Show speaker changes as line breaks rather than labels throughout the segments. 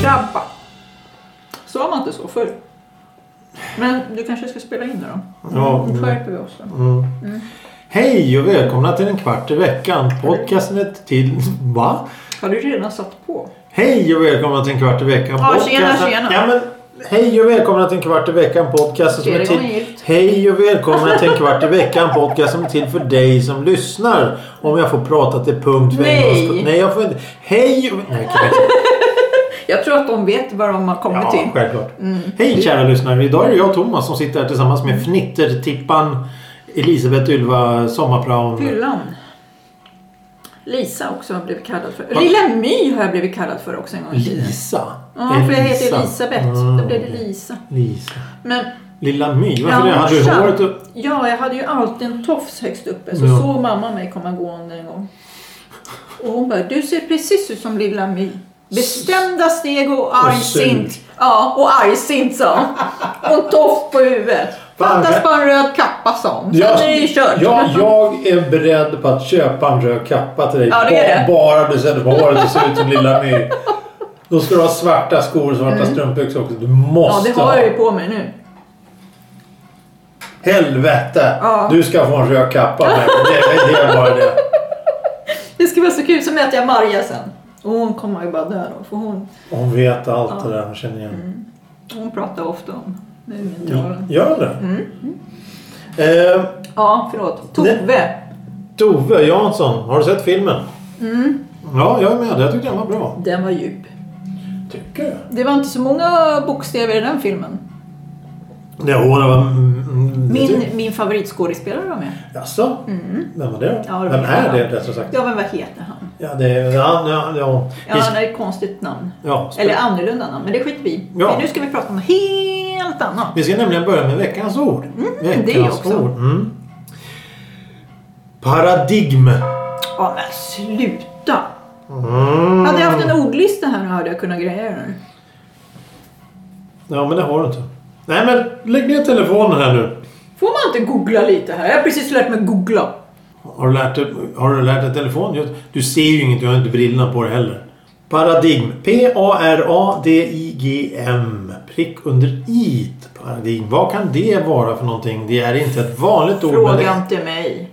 Krabba. Sa man inte så förr? Men du kanske ska spela in det då?
Ja.
Nu skärper vi oss. då.
Mm. Hej och välkomna till en kvart i veckan. Podcasten är till... Va?
Har du redan satt på?
Hej och välkomna till en kvart i veckan.
Ja, tjena, tjena.
Ja, men, hej och välkomna till en kvart i veckan. Podcasten som
Det
är
är
till...
gilt.
Hej och välkomna till en kvart i veckan. Podcast som är till för dig som lyssnar. Om jag får prata till punkt för en
Nej.
gångs skull. Nej, jag får inte. Hej och... Nej, kan jag inte.
Jag tror att de vet vad de har kommit
Ja,
till.
självklart. Hej kära lyssnare. Idag är det jag och Thomas som sitter här tillsammans med Fnittertippan Elisabeth Ylva Sommarpraon.
Fyllan. Lisa också har jag blivit kallad för. Lilla My har jag blivit kallad för också en gång i tiden.
Lisa.
Ja, för jag heter Elisabeth. Då
Mm.
blev det Lisa.
Lisa.
Men
Lilla My. Varför
Ja,
det? Hade du
morsan.
håret upp?
ja, jag hade ju alltid en tofs högst uppe. Så
Ja.
såg mamma mig komma gående en gång. Och hon bara, du ser precis ut som Lilla My. Bestämda steg och argsint.
sug.
Ja, och argsint sa hon. Och en tofs på huvudet.
Fan,
Fattas
det-
bara en röd kappa sa hon. Sen är det ju kört.
ja, jag är beredd på att köpa en röd kappa till dig.
Ja, det är det.
Ba- Bara du sätter på håret och ser ut som Lilla My. Då ska du ha svarta skor och svarta strumpbyxor också. Du
Mm. Ja,
måste
det har jag ju
ha.
på mig nu.
Helvete!
Ja.
Du ska få en röd kappa. av mig. Det, det är bara det.
Det ska vara så kul. Så möter jag Marja sen. Och hon kommer ju bara dö då. För hon,
Hon vet allt det där. Hon känner igen.
Mm, hon pratar ofta om Mumintrollen.
Gör det?
Mm,
Eh,
Ja, förlåt. Tove.
Tove Jansson, har du sett filmen?
Mm.
Ja, jag är med. Jag tyckte den var bra.
Den var djup.
Tycker jag.
Det var inte så många bokstäver i den filmen.
Det håret var... Mm, det
Min,
tycker-
min favoritskådespelare var med.
Jaså? Vem var det?
Ja, det
Vem
var
är
han.
det rättare sagt?
Ja, men vad heter han?
Ja, det är... Ja, ja, ja.
Ja, han har ett konstigt namn.
ja, spel-
Eller annorlunda namn, men det skiter vi i.
Ja.
Men Nu ska vi prata om något helt annat.
Vi ska nämligen börja med veckans ord. Mm,
det är också.
Mm. Paradigm.
Ja, men sluta!
Mm.
Hade jag haft en ordlista här nu hade jag kunnat greja det nu.
Ja, men det har du inte. Nej, men lägg ner telefonen här nu.
Får man inte googla lite här? Jag har precis lärt mig googla.
Har du lärt dig, har du lärt dig telefon? Just- Du ser ju inget, du har inte brillorna på dig heller. Paradigm. P-A-R-A-D-I-G-M. Prick under i. Paradigm. Vad kan det vara för någonting? Det är inte ett vanligt ord. men
Fråga
det-
inte mig.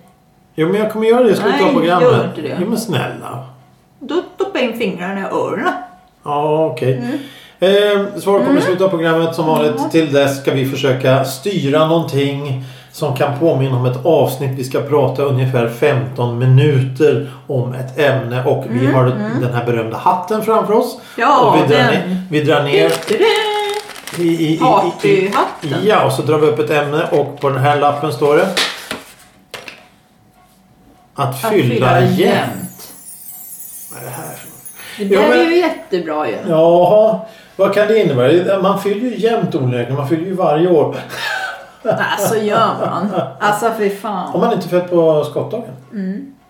Jo, men jag kommer göra det i slutet av
Nej,
programmet.
gör inte det.
Jo, men snälla.
Då stoppar jag in fingrarna i öronen.
Ja, okej.
Mm.
Eh, svar kommer i slutet av programmet som vanligt. Till dess ska vi försöka styra någonting som kan påminna om ett avsnitt. Vi ska prata ungefär 15 minuter om ett ämne och vi har den här berömda hatten framför oss.
Mm, Ja,
och vi drar,
den.
ner, vi drar ner i, i, i, i, i,
Partyhatten.
Ja, och så drar vi upp ett ämne och på den här lappen står det Att fylla, jämnt. Vad är det här för något?
Det
Jo,
där
men-
är ju jättebra ju.
Jaha, vad kan det innebära? Man fyller ju jämnt onekligen, man fyller ju varje år.
Alltså gör man? Alltså fy
Om
fan.
man inte är född på skottdagen?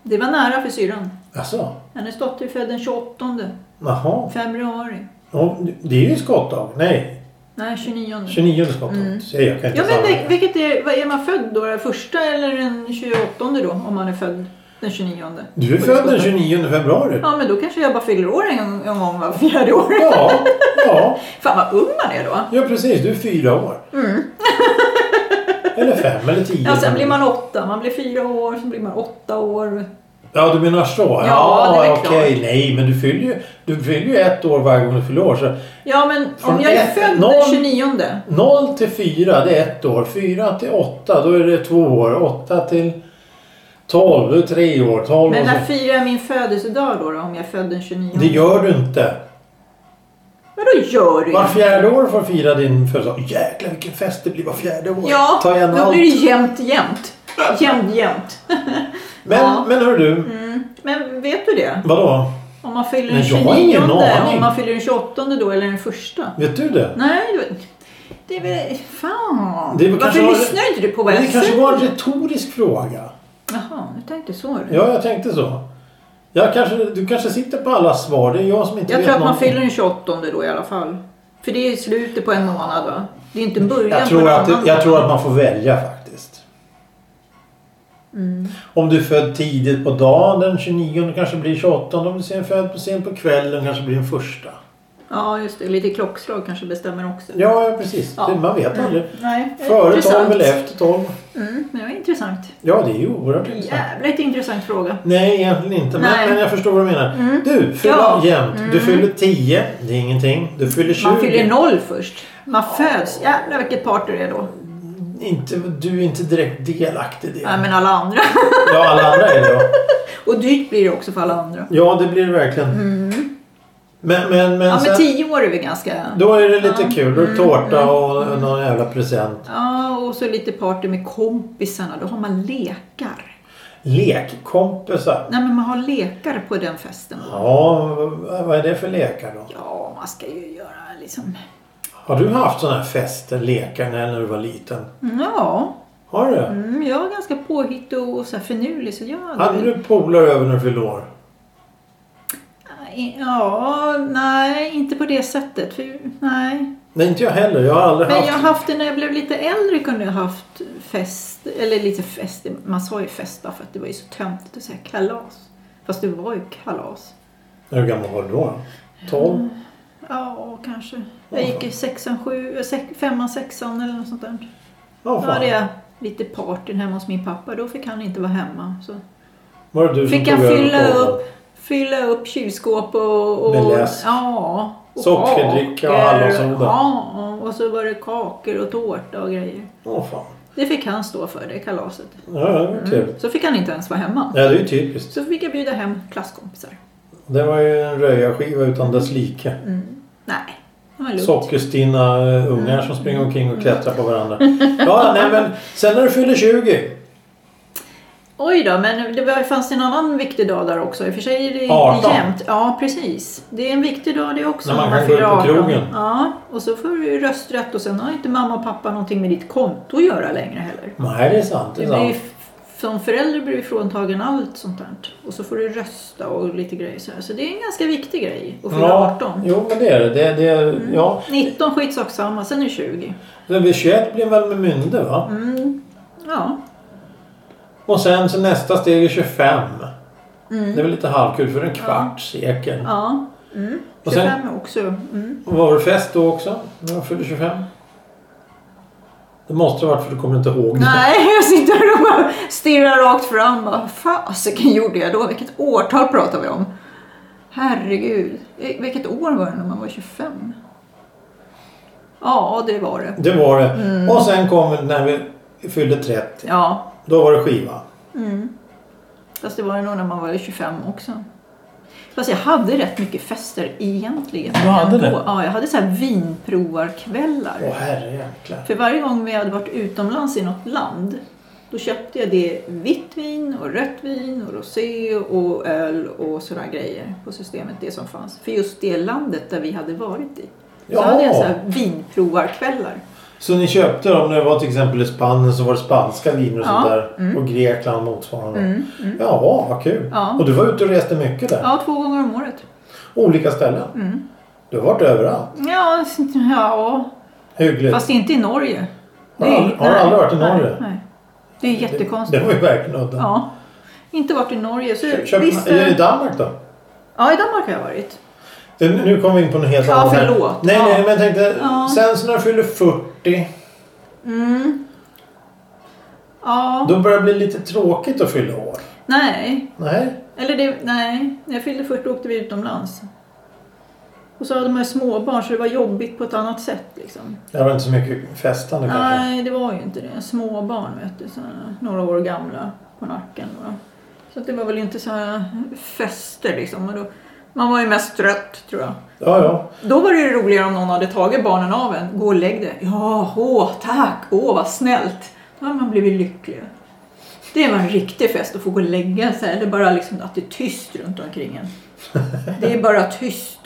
Det var nära för syrran.
Jaså?
Hennes dotter är född den 28
Jaha.
februari.
Ja, Det är ju skottdag. Nej,
Nej, 29.
29 skottdag. Så jag kan inte
Mm. Ja, men
samla.
vil- vilket är, vad är man född då? Den första eller den 28 då? Om man är född den 29.
Du är född den 29 februari.
Ja, men då kanske jag bara fyller år en, en gång var fjärde år.
Ja, ja,
Fan vad ung man är då.
ja precis. Du är fyra år. Eller fem eller tio.
Mm. Ja, sen blir man åtta. Man blir fyra år, sen blir man åtta år.
Ja, du menar så? Ja,
det är väl
okej. Nej, men du fyller, ju, du fyller ju ett år varje gång du fyller år. Så
Ja, men
Från
om jag är
ett-
född
noll-
den 29.
0 till 4 det är ett år. 4 till 8 då är det två år. 8 till 12 då är det tre år. 12
Men
och
när
så.
firar jag min födelsedag då, då? Om jag är född den 29?
Det gör du inte.
Vadå gör du?
Var fjärde år får du fira din födelsedag. Jäklar vilken fest det blir var fjärde år.
Ja,
Ta igen
då
allt.
blir det jämnt, jämnt. Jämnt, jämnt.
Men,
Ja. Mm.
men hör du.
Men vet du det?
Vadå?
Om man fyller
Men
den
jag har ingen
29,
aning.
om man fyller den 28 då eller den första?
Vet du det?
Nej, du- det är väl... Fan!
Det är väl kanske
Varför
var-
lyssnar inte du på vad
Men
jag
det kanske
säger?
var en retorisk fråga.
Jaha, jag tänkte så.
Ja, jag tänkte så. Jag kanske, du kanske sitter på alla svar. Det är jag som inte
Jag
vet
tror att man
någonting.
fyller den 28 då i alla fall. För det är slutet på en månad va? Det är inte början
Jag tror,
på en
att,
annan.
jag tror att man får välja faktiskt.
Mm.
Om du är född tidigt på dagen den 29 kanske blir 28. Om du sen är född på sent på kvällen kanske blir den första.
Ja just det, lite klockslag kanske bestämmer också.
Ja, ja, precis.
Ja.
Det, man vet aldrig.
Nej,
Före 12
intressant.
eller efter 12.
Mm, men det var intressant.
Ja, det är ju oerhört intressant.
Jävligt intressant fråga.
Nej, egentligen inte. Men,
Nej. Mm.
men jag förstår vad du menar. Du, fylla
Ja. Mm.
jämnt. Du fyller 10. Det är ingenting. Du fyller 20.
Man fyller noll först. Man föds. Jävlar vilket party det är då.
inte, du är inte direkt delaktig i det.
Nej men alla andra.
Ja, alla andra är det. Ja.
Och dyrt blir det också för alla andra.
Ja, det blir det verkligen. Men, men, men,
Mm. Ja men Mm.
sen,
tio år är vi ganska...
då är det lite kul. Då är det tårta och någon jävla present.
Ja och så lite party med kompisarna. Då har man lekar.
Lekkompisar.
Nej men man har lekar på den festen.
Ja, vad vad är det för lekar då?
Ja, man ska ju göra liksom...
Har du haft sådana här fester, lekar, när när du var liten?
Mm, Ja,
Har du?
mm, jag är ganska påhittig och så här finurlig så jag hade
Hade
väl-
du polare över när du fyllde år?
Nej, Ja, nej, inte på det sättet. För, nej.
Nej, inte jag heller. Jag har aldrig
Men jag
haft...
har haft det när jag blev lite äldre kunde jag haft fest, eller lite fest, man sa ju fest bara för att det var ju så töntigt att säga kalas. Fast det var ju kalas.
Hur gammal var du då? 12?
Ja, kanske. Jag gick i sexan, sju, sex, femman, sexan eller något sånt där.
Ja,
Då hade
fan.
jag lite partyn hemma hos min pappa. Då fick han inte vara hemma. Så
Var det du som
Fick jag
tog över
fylla
polaren?
upp, fylla upp kylskåp och... och
Med läsk.
Ja. Och
Sockerdricka och
kakor.
hallonsoda.
Ja, och så var det kakor och tårta och grejer.
Åh, fan.
Det fick han stå för, det kalaset.
Ja, det var kul.
Mm. Så fick han inte ens vara hemma.
Ja, det är ju typiskt.
Så fick jag bjuda hem klasskompisar.
Det var ju en röjarskiva utan dess like.
Nej, det var lugnt.
Sockerstinna eh, ungar som springer omkring och klättrar på varandra. Ja, nej men sen när du fyller 20.
Oj då, men det var, fanns en annan viktig dag där också. I och för sig är det inte
18.
jämnt. Ja, precis. Det är en viktig dag det också.
När man kan gå
fyller
ut på
18.
krogen.
Ja, och så får du rösträtt och sen har inte mamma och pappa någonting med ditt konto att göra längre heller.
Nej, det är sant. Det
Du
är
blir, ju
sant.
f- som förälder blir du fråntagen allt sånt där. Och så får du rösta och lite grejer så här. Så det är en ganska viktig grej att fylla Mm.
Ja,
18.
jo, men det är det. det, det är, ja.
19 skitsak samma, sen är det 20.
När vi är 21 blir man väl med mynde va?
Mm. Ja,
Och sen så nästa steg är 25.
Mm.
Det är väl lite halvkul för en kvarts sekel.
ja. Mm.
Och sen-
25 också. Mm.
Och Var det fest då också? När jag fyllde 25? Det måste ha varit för du kommer inte ihåg det.
Nej, jag sitter och bara stirrar rakt fram. Vad fasiken gjorde jag då? Vilket årtal pratar vi om? Herregud. Eh, Vilket år var det när man var 25? Ja, det var det.
Det var det.
Mm.
Och sen kom vi när vi fyllde 30.
Ja,
Då var det skiva.
Mm. Fast det var det nog när man var 25 också. Fast jag hade rätt mycket fester egentligen.
Du hade
Ändå.
det?
Ja, jag hade så här vinprovarkvällar.
Åh herrejäklar.
För varje gång vi hade varit utomlands i något land då köpte jag det vitt vin och rött vin och rosé och öl och sådana grejer på systemet, det som fanns. För just det landet där vi hade varit i. Så
Jaha.
hade jag så här vinprovarkvällar.
Så ni köpte dem när det var till exempel i Spanien så var det spanska viner och
Ja, Mm.
sånt där. Och Grekland motsvarande. Ja, vad kul.
Ja.
Och du var ute och reste mycket där.
Ja, två gånger om året. Mm.
Olika ställen. Du har varit överallt.
Ja, s- ja
Hyggligt.
Fast inte i Norge.
Har du aldrig- har du
nej,
aldrig varit i
nej,
Norge?
Nej. Det är jättekonstigt.
Det var ju verkligen udda.
Ja. Inte varit i Norge. Så
Köp,
visst,
är det
eh,
i Danmark då?
ja, i Danmark har jag varit.
Det, nu kommer vi in på något helt
Ja,
annat. här.
förlåt.
Nej,
Ja.
nej, men jag tänkte.
Ja.
Sen så när du fyller 40.
Mm. Ja,
Då börjar det bli lite tråkigt att fylla år.
nej.
Nej.
Eller det, nej. När jag fyllde 40 åkte vi utomlands. Och så hade man ju småbarn så det var jobbigt på ett annat sätt. Liksom.
Det var inte så mycket festande kanske.
Nej, det var ju inte det. Småbarn, vet du. Så här, några år gamla på nacken. Då. Så att det var väl inte så här fester liksom. Och då, man var ju mest trött tror jag.
Ja, ja.
Då var det ju roligare om någon hade tagit barnen av en. Gå och lägg dig. Ja, åh, tack. Åh, vad snällt. Då hade man blivit lycklig. Det var en riktig fest att få gå och lägga sig. Eller bara liksom att det är tyst runt omkring en. Det är bara tyst.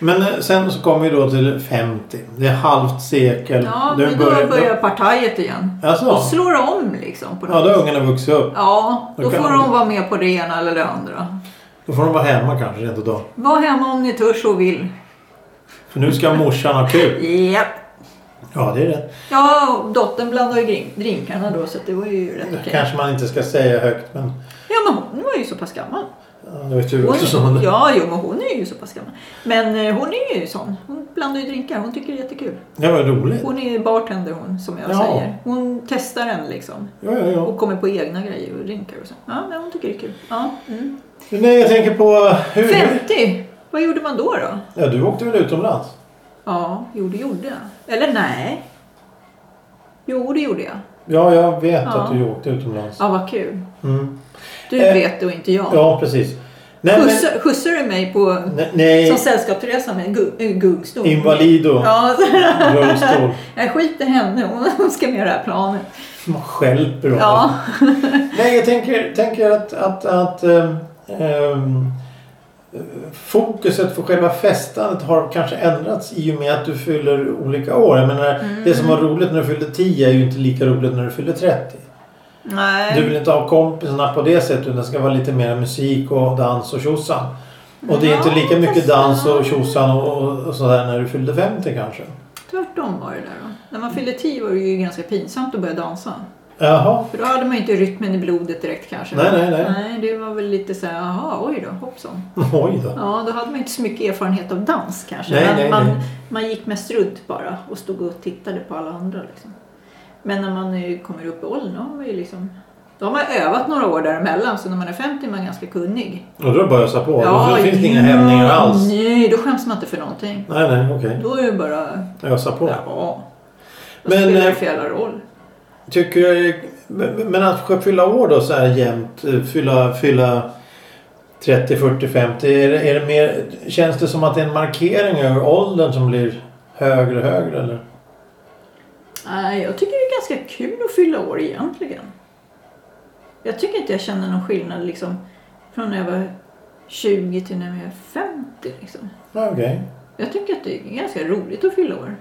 Men eh, sen så kommer vi då till 50. Det är halvt sekel.
Ja,
Det
men då börjar partajet igen.
Alltså?
Och slår om liksom. På
Ja,
något.
då har ungarna vuxit upp.
Ja,
Då
då
kan
får
de-
de vara med på det ena eller det andra.
Då får de vara hemma kanske rent utav.
Var hemma om ni törs och vill.
För nu ska morsan ha kul.
Japp.
Ja, det är rätt.
Ja, och dottern blandade ju drink- drinkarna då så att det var ju rätt
Det
okej.
kanske man inte ska säga högt men...
Ja, men hon var ju så pass gammal.
ja, Det var ju tur
Hon,
också som hon...
ja, jo, men hon är ju så pass gammal. Men eh, hon är ju sån. Hon blandar ju drinkar. Hon tycker det är jättekul.
Det var roligt.
Hon är bartender hon, som jag
Ja.
säger. Hon testar en liksom.
Ja, ja, ja.
Och kommer på egna grejer och drinkar och så. Ja, men hon tycker det är kul. Ja, mm.
Nej, jag tänker på... Hur...
50! Vad gjorde man då då?
Ja, du åkte väl utomlands?
Ja, jo det gjorde jag. Eller nej. Jo, det gjorde jag.
Ja, jag vet
Ja.
att du åkte utomlands.
Ja, vad kul.
Mm.
Du
Eh,
vet det och inte jag.
Ja, precis. Nej, men...
Skjutsar, skjutsar du mig på,
Ne- Nej,
som sällskapsresa med en gu- en gungstol?
invalido.
Ja, så-
Rullstol.
jag skiter i henne. Hon- Hon ska med i det här planet.
Man stjälper honom.
Ja,
Nej, jag tänker, tänker att, att, att ehm, ehm, fokuset för själva festandet har kanske ändrats i och med att du fyller olika år. Jag menar,
Mm.
det som var roligt när du fyllde 10 är ju inte lika roligt när du fyllde 30. Du
nej.
vill inte ha kompisarna på det sättet utan det ska vara lite mer musik och dans och tjosan. Och det är inte
Ja,
lika mycket
fast-
dans och tjosan och, och, och sådär när du fyllde 50 kanske.
Tvärtom var det där då. När man fyllde 10 var det ju ganska pinsamt att börja dansa.
Jaha.
För då hade man ju inte rytmen i blodet direkt kanske.
Nej, nej, nej.
Nej, det var väl lite så här, jaha, oj då, hoppsan.
Oj då.
Ja, då hade man inte så mycket erfarenhet av dans kanske.
Nej,
man,
nej,
man,
nej.
man gick mest runt bara och stod och tittade på alla andra. Liksom. Men när man eh, kommer upp i åldern, då har man ju liksom... Då har man övat några år däremellan, så när man är 50 är man ganska kunnig.
Och då börjar jag ösa på. då finns det inga hämningar alls.
Nej, då skäms man inte för någonting.
Nej, nej, okej.
Då är det bara...
Ösa på.
Ja. Då
Men,
spelar
eh,
det för jävla roll.
Tycker jag, men att fylla år då så här jämnt, eh, fylla, fylla 30, 40, 50. Är det, är det mer, känns det som att det är en markering över åldern som blir högre och högre eller?
Nej, jag tycker det är ganska kul att fylla år egentligen. Jag tycker inte jag känner någon skillnad liksom, från när jag var 20 till när jag är 50. Liksom.
Ja, Okej.
Jag tycker att det är ganska roligt att fylla år.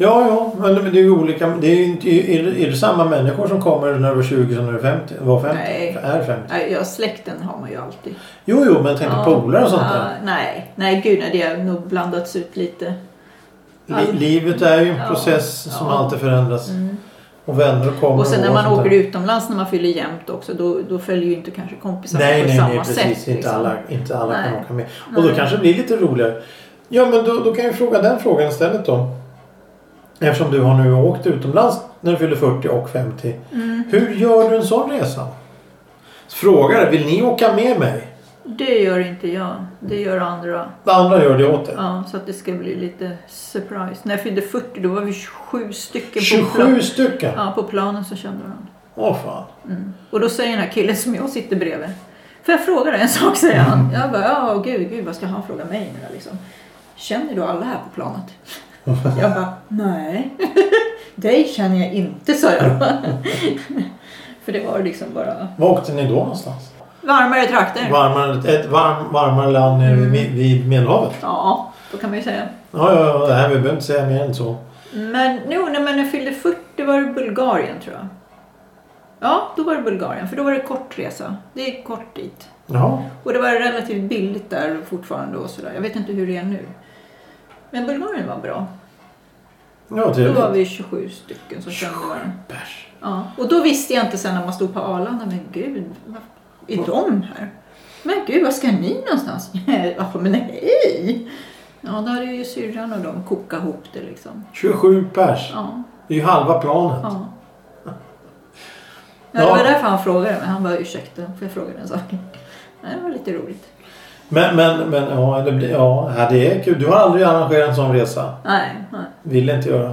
Ja, ja, men det är ju olika. Det är ju inte, är, det- är det samma människor som kommer när du är 20 som när du är 50? Var 50?
Nej.
Är 50?
Nej, Ja, släkten har man ju alltid.
Jo, jo, men jag tänkte polare och sånt där.
Ja, nej, nej gud nej, det har nog blandats ut lite.
Li, livet är ju en
Ja.
process som
Ja.
alltid förändras.
Mm.
Och vänner och kommer
Och sen när
går
man
sånt
åker
där.
utomlands när man fyller jämt också då, då följer ju inte kanske kompisarna
Nej,
på
nej,
samma
nej, precis.
sätt.
inte,
liksom.
alla, inte alla kan
Nej.
åka med. Och då
Nej.
kanske det blir lite roligare. Ja, men då, då kan jag ju fråga den frågan istället då. Eftersom du har nu åkt utomlands när du fyller 40 och 50.
Mm.
Hur gör du en sån resa? Frågar det, vill ni åka med mig?
Det gör inte jag. Det gör andra.
Det andra gör det åt er.
Ja, så att det ska bli lite surprise. När jag fyllde 40 då var vi 27 stycken på,
27
plan.
stycken?
ja, på planen som kände varandra.
Åh fan.
Och då säger den här killen som jag sitter bredvid. Får jag fråga dig en sak? säger han. Jag bara, ja gud, gud vad ska han fråga mig nu då, liksom. Känner du alla här på planet? Jag bara, nej. Dig känner jag inte, sa jag. För det var liksom bara
Var åkte ni då någonstans?
varmare trakter.
Varmare, ett varm, varmare land nere
Mm.
vid, vid Medelhavet?
Ja, då kan man ju säga.
Ja, ja, ja. Det här, vi behöver inte säga mer än så.
Men jo, nej, men när jag fyllde 40 var det Bulgarien tror jag. Ja, då var det Bulgarien, för då var det kort resa. Det är kort dit.
Jaha.
Och det var relativt billigt där fortfarande och sådär. Jag vet inte hur det är nu. Men Bulgarien var bra.
Ja,
Då var
trevligt.
vi 27 stycken som kände varandra.
Bärs.
Ja. Och då visste jag inte sen när man stod på Arlanda, men gud, vad är de här? Men gud, var ska ni någonstans? Ja, men hej! Ja, då hade ju syrran och de kokat ihop det liksom.
27 pers.
Ja,
Det är ju halva planen.
ja. Ja, det var
Ja.
därför han frågade mig. Han bara ursäkta, får jag fråga dig en sak? Nej, det var lite roligt.
Men, men, men ja, det, blir, ja, ja, det är kul. Du har aldrig arrangerat en sån resa.
Nej, nej.
Vill inte göra.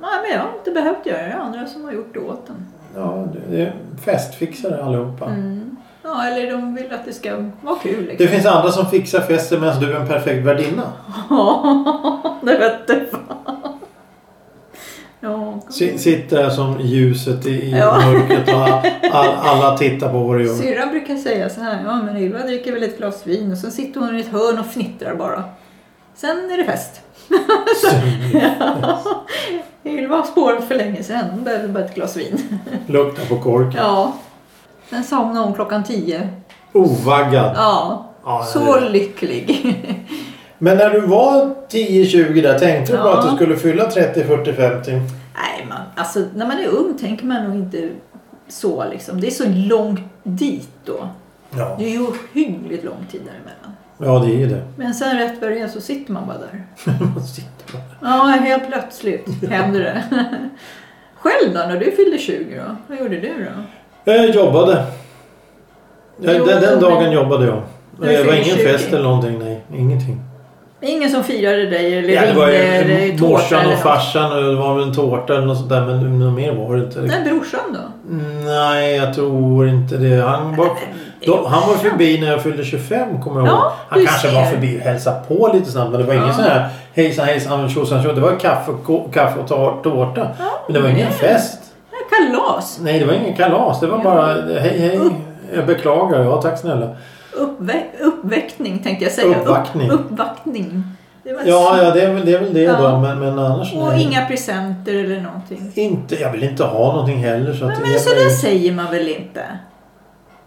Nej, men jag har inte behövt göra det. Det är andra som har gjort det åt en.
Ja, det- det är festfixare allihopa.
Mm. Ja, eller de vill att det ska vara kul
Det
liksom.
finns andra som fixar fester medan du är en perfekt värdinna.
Ja, det vette fan. Ja,
Si- Sitter där som ljuset i, i
Ja.
mörkret och all, all, alla tittar på vad du gör.
Syrran brukar säga så här, ja men Ylva dricker väl ett glas vin och sen sitter hon i ett hörn och fnittrar bara. Sen är det fest. Ylva har spårat för länge sedan, hon behöver bara ett glas vin.
Luktar på korken.
Ja. Sen somnade hon klockan tio.
Ovaggad.
Ja,
Ja,
så
det-
lycklig.
Men när du var 10-20 där, tänkte du bara
Ja.
att du skulle fylla 30, 40, 50?
Nej, man, alltså, när man är ung tänker man nog inte så. Liksom. Det är så långt dit då.
Ja,
Det är ju ohyggligt lång tid däremellan.
ja det är ju det.
Men sen rätt vad det är så sitter man bara där.
Man sitter bara.
Ja, helt plötsligt händer det. Själv då, när du fyllde 20 då? Vad gjorde du då?
Jag jobbade. Jag-
Jo,
den, den
men-
dagen jobbade jag.
Du
Det var
fyllde
ingen
20.
fest eller någonting, nej. Ingenting.
Ingen som firade dig eller
Ja, det
ringde
var
eller
ju
tårta
morsan och
eller något?
farsan och det var väl en tårta eller något sånt där men något mer var det inte.
Nej, brorsan då?
Nej, jag tror inte det. Han var, de, han var förbi när jag fyllde 25 kommer jag ihåg.
Ja,
han
du
kanske var
ser.
förbi och hälsade på lite snabbt men det var ingen
Ja.
sån här hejsan hejsan tjosan tjosan. Det var kaffe, ko- kaffe och tår- tårta. Men det var ingen
nej.
fest.
Kalas!
Nej, det var ingen kalas. Det var bara hej hej. Jag beklagar. Ja, tack snälla.
Uppvä- uppväckning tänkte jag säga.
Uppvaktning.
Upp, uppvaktning. Det var
Ja, ja det, är väl, det är väl det
Alltså. Ja.
då. Men, men annars
Och
nej.
inga presenter eller någonting.
Inte, jag vill inte ha någonting heller. Så att
Men, men alltså,
jag,
så där säger man väl inte?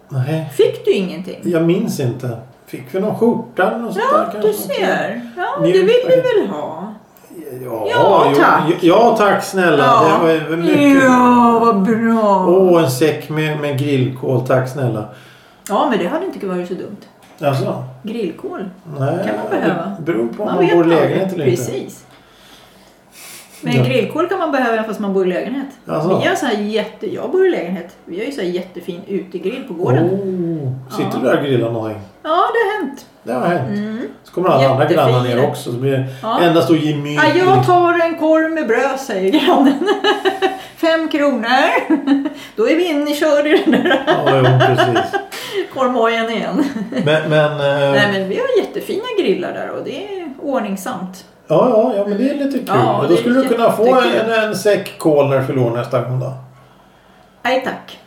nej,
Fick du ingenting?
jag minns inte. Fick vi någon skjorta eller något sånt
Ja,
där? kanske?
du ser. Ja, det
Mjukt
vill du
paket.
väl ha?
Ja,
Ja,
jo,
tack.
jo, ja tack snälla. Det var ju mycket.
ja vad bra.
Åh, en säck med, med grillkål. Tack snälla.
Ja, men det hade inte varit så dumt.
Alltså,
Grillkol.
nej.
Kan man behöva.
Det beror på om
Man,
man,
vet
bor i
aldrig.
lägenhet eller inte.
Precis. Men
Ja.
grillkol kan man behöva även fast man bor i lägenhet.
Alltså.
Vi har så här jätte... Jag bor i lägenhet. Vi har ju så här jättefin utegrill på gården.
Oh, sitter
Ja.
du där och grillar någonting?
Ja, det har hänt.
Det har hänt.
Mm.
Så kommer alla andra
Jättefina.
grannar ner också. Så blir det
Ja.
enda stor gemyt.
Ja, jag tar en korv med bröd, säger grannen. Fem kronor. Då är vi inkörda i den där
Ja, jo, precis.
korvmojen igen.
Men, men, eh,
Nej, men vi har jättefina grillar där och det är ordningsamt.
Ja, ja, ja, men det är lite kul.
Ja,
Men då
det är
skulle du kunna få en,
jättekul.
en, en säck kol när du förlorar nästa gång då.
Nej tack.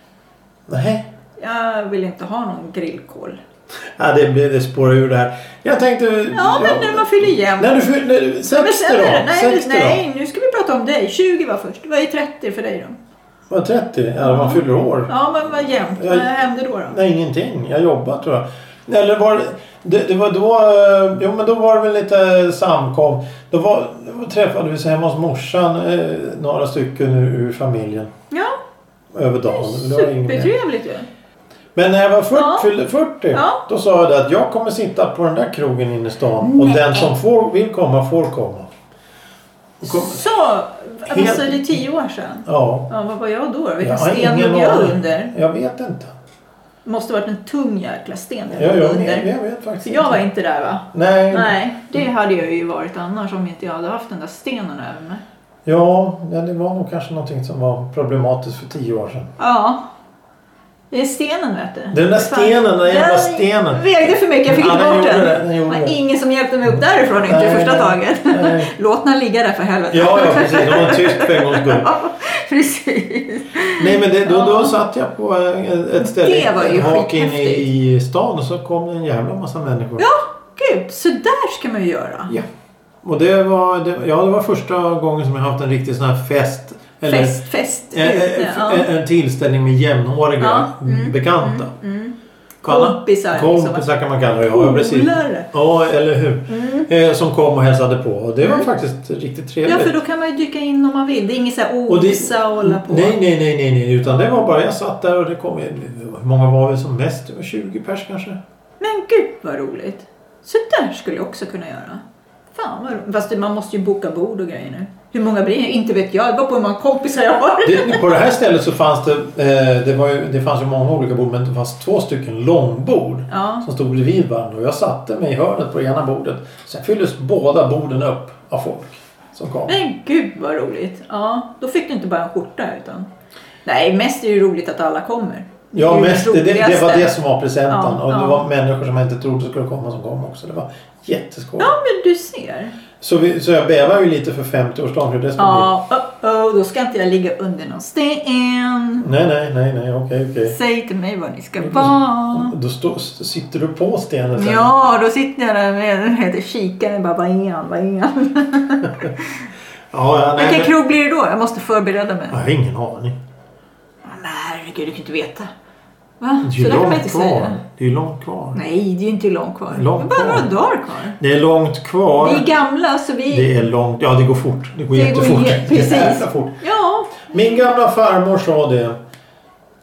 Nej.
Jag vill inte ha någon grillkol.
Ja, det, blir- det spårar ur det här. Jag tänkte...
Ja, men när man fyller jämnt.
När du fyller... 60
Men sen är det,
då?
nej,
60 nej.
nej, nu ska vi prata om dig. 20 var först. Vad är 30 för dig då?
då? Var 30? Ja, man fyller år.
Ja, men vad jämnt.
Jag-
Vad hände då? då?
Nej, ingenting. Jag jobbar tror jag. Eller var det- det... Det var då... eh, Jo, men då var det väl lite samkom. Då, var, då träffade vi så hemma hos morsan eh, några stycken ur, ur familjen.
Ja,
Över dagen. Det var ingen mer.
supertrevligt ju.
Men när jag var 40,
Ja.
fyllde 40
Ja.
då sa jag det att jag kommer sitta på den där krogen inne i stan och den som får, vill komma får komma. Och kom,
Så, alltså det är 10 år sedan.
ja.
Ja, vad var jag då? Vilken
Jag har
sten
ingen
låg jag
aning.
under?
Jag vet inte.
Måste varit en tung jäkla sten
Jag,
jag
jag,
låg
jag,
under.
vet, jag vet faktiskt
För jag var inte där va?
Nej.
Nej, det
Mm.
hade jag ju varit annars om inte jag hade haft den där stenen över mig.
Ja, ja, det var nog kanske någonting som var problematiskt för tio år sedan.
Ja. Det är stenen vet du.
Den där
Fan.
stenen, den där jävla
Den
stenen.
vägde för mycket, jag fick
Ja,
inte
den
bort
gjorde
den.
det, den
Det
gjorde
var
det.
ingen som hjälpte mig upp därifrån inte
Nej,
första
nej,
taget.
nej.
Låt den ligga där för helvete.
Ja, ja precis. Det var tyst för en gångs skull.
Ja, precis.
Nej men det, då, då satt jag på eh, ett ställe
Det var ju
en hak in i,
skithäftigt.
i stan och så kom det en jävla massa människor.
Ja, gud. Så där ska man ju göra.
Ja. Och det var, det, ja, det var första gången som jag haft en riktig sån här fest. Eller
fest, fest.
En, en,
ute, ja.
eh, en, en tillställning med jämnhåriga
Ja, mm,
bekanta. Alla-
Kompisar, liksom.
Mm. Kompisar kan man kalla det. Ja, precis.
Polare. Mm.
Ja, eller hur. Eh, som kom och hälsade på. Och det var faktiskt riktigt trevligt.
Ja, för då kan man ju dyka in om man vill. Det är inget så här
Och det-
osa och hålla på.
Nej, nej, nej, nej, nej. Utan det var bara jag satt där och det kom... Hur många var vi som mest? Det var 20 pers kanske.
Men gud vad roligt. Så där skulle jag också kunna göra. Fan vad roligt. Fast det- man måste ju boka bord och grejer nu. Hur många blir det? Inte vet jag. Det beror på hur många kompisar jag har.
Det, på det här stället så fanns det... Eh, det, var ju, det fanns ju många olika bord men det fanns två stycken långbord.
Ja.
som stod bredvid varandra och jag satte mig i hörnet på det ena bordet. Sen fylldes båda borden upp av folk som kom.
Men gud vad roligt. Ja, då fick du inte bara en skjorta utan... Nej, mest är det ju roligt att alla kommer.
Ja,
ju
mest, det, det- det var
roligaste.
det som var presenten
Ja,
och det
ja.
var människor som jag inte trodde skulle komma som kom också. Det var jätteskoj.
Ja, men du ser.
Så, vi, så jag bävar ju lite för 50-årsdagen hur det ska
Ja, uh-oh, då ska inte jag ligga under någon sten.
bli. Nej, nej, nej, nej, okej, okej.
Säg till mig var ni ska
Mm.
vara.
Då stå, s- sitter du på stenen sen.
Ja, då sitter jag där med den heter kikaren. Bara, vad är han? Vad är han?
ja, ja nej,
Vilken
men,
krog blir det då? Jag måste förbereda mig.
jag har ingen aning.
Men herregud, du kan inte veta. Va?
Det är
Så
ju
där kan man
långt
inte säga.
kvar. Det är ju långt kvar.
Nej, det är ju inte långt kvar.
Långt
det är bara
kvar.
några dagar kvar.
Det är långt kvar.
Vi är gamla så vi...
Det är långt. Ja, det går fort. Det går
Det går
jättefort.
jä- precis.
Jävla fort.
Ja,
Min gamla farmor sa det.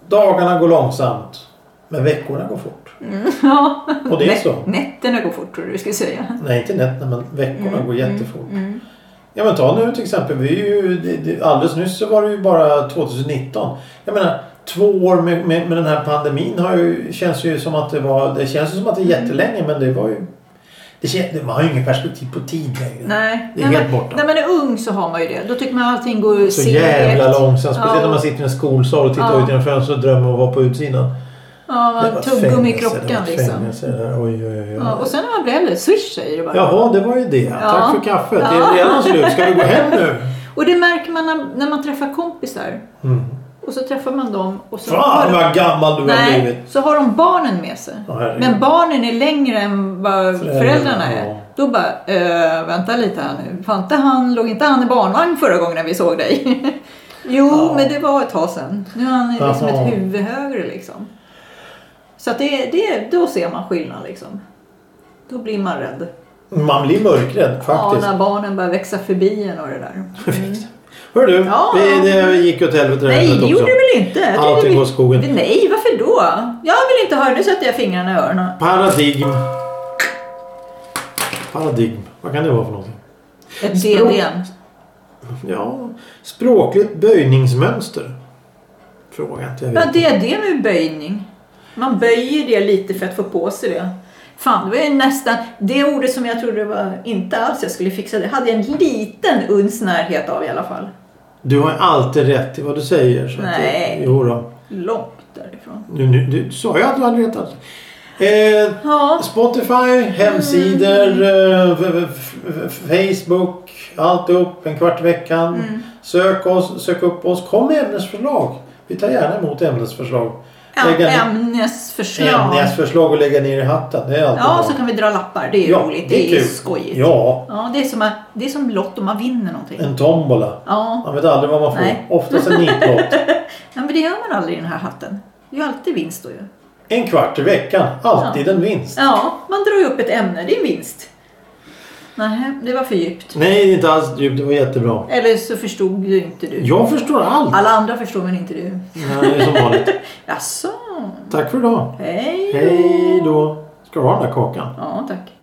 Dagarna går långsamt. Men veckorna går fort.
Mm. ja.
Och det är
Nä-
så.
Nätterna går fort tror du du skulle säga.
Nej, inte nätterna, men veckorna går jättefort.
Mm.
Ja, men ta nu till exempel. Vi är ju, det, det, alldeles nyss så var det ju bara 2019. Jag menar, två år med, med, med den här pandemin har ju, känns ju som att det var... Det känns ju som att det är
Mm.
jättelänge, men det var ju... Det kän, man har ju inget perspektiv på tid längre.
Nej.
Det är helt
när,
borta.
man, när man är ung så har man ju det. Då tycker man allting går
Så jävla långsamt. Speciellt
Ja.
när man sitter i en skolsal och tittar
Ja.
ut genom fönstret och drömmer om att vara på utsidan.
Ja, man har tuggummi i krockan liksom.
Fängelse, det där. oj, oj, oj.
Ja, och sen när man blir äldre, swish säger det bara.
Jaha, det var ju det. Tack för kaffet. Det är
Ja.
redan slut. Ska vi gå hem nu?
Och det märker man när, när man träffar kompisar.
Mm.
Och så träffar man dem och så
Fan
har de,
vad gammal du har blivit.
nej, så har de barnen med sig.
Ja, herregud.
Men barnen är längre än vad
Föräldrarna,
föräldrarna är.
ja.
Då bara, eh, vänta lite här nu. Fan, inte han, låg inte han i barnvagn förra gången när vi såg dig? jo,
Ja.
men det var ett tag sedan. Nu är han liksom
Jaha.
ett huvud högre liksom. Så att det, det, då ser man skillnad liksom. Då blir man rädd.
Man blir mörkrädd
Ja,
faktiskt.
när barnen börjar växa förbi en och det där. Mm.
Hör du,
Ja.
det, det gick åt helvete det här
Nej,
ämnet
det
Eh, också.
gjorde det väl inte? Jag tyckte
Allting
vi-
går åt skogen.
Nej, varför då? Jag vill inte höra. Nu sätter jag fingrarna i öronen.
Paradigm. Paradigm. Vad kan det vara för någonting?
Ett
Språk-
DDM.
Ja, språkligt böjningsmönster. Fråga inte. Jag
Ja,
vet.
det är det med böjning. Man böjer det lite för att få på sig det. Fan, det var ju nästan det ordet som jag trodde var inte alls jag skulle fixa. Det hade jag en liten uns närhet av i alla fall.
Du har alltid rätt i vad du säger. Så Att,
Nej.
jo då.
Långt därifrån.
Nu, nu, du sa jag att du hade vetat. Eh,
Ja,
Spotify, hemsidor,
Mm.
eh, f- f- f- Facebook, allt upp en kvart i veckan.
Mm.
Sök, oss, sök upp oss. Kom med ämnesförslag. Vi tar gärna emot ämnesförslag.
äm-
Lägga ner-
ämnesförslag.
ämnesförslag och lägga ner i hatten. Det är alltid
Ja,
bra.
så kan vi dra lappar. Det är
Ja,
roligt.
det är
Det är
kul.
skojigt.
Ja,
Ja, det är som, att- det är som lotto. Man vinner någonting.
en tombola.
Ja,
Man vet aldrig vad man får.
Nej.
Oftast en nitlott.
Ja, men det gör man aldrig i den här hatten. Det är ju alltid vinst då ju.
En kvart i veckan. Alltid en vinst.
Ja, man drar ju upp ett ämne. Det är en vinst. Nej, det var för djupt.
Nej, det är inte alls djupt. Det var jättebra.
Eller så förstod ju inte du.
Jag förstår allt.
Alla andra förstod men inte du.
Nej, det är som vanligt.
Jaså?
Tack för idag.
Hej
Hej då. Ska du ha den där kakan?
Ja, tack.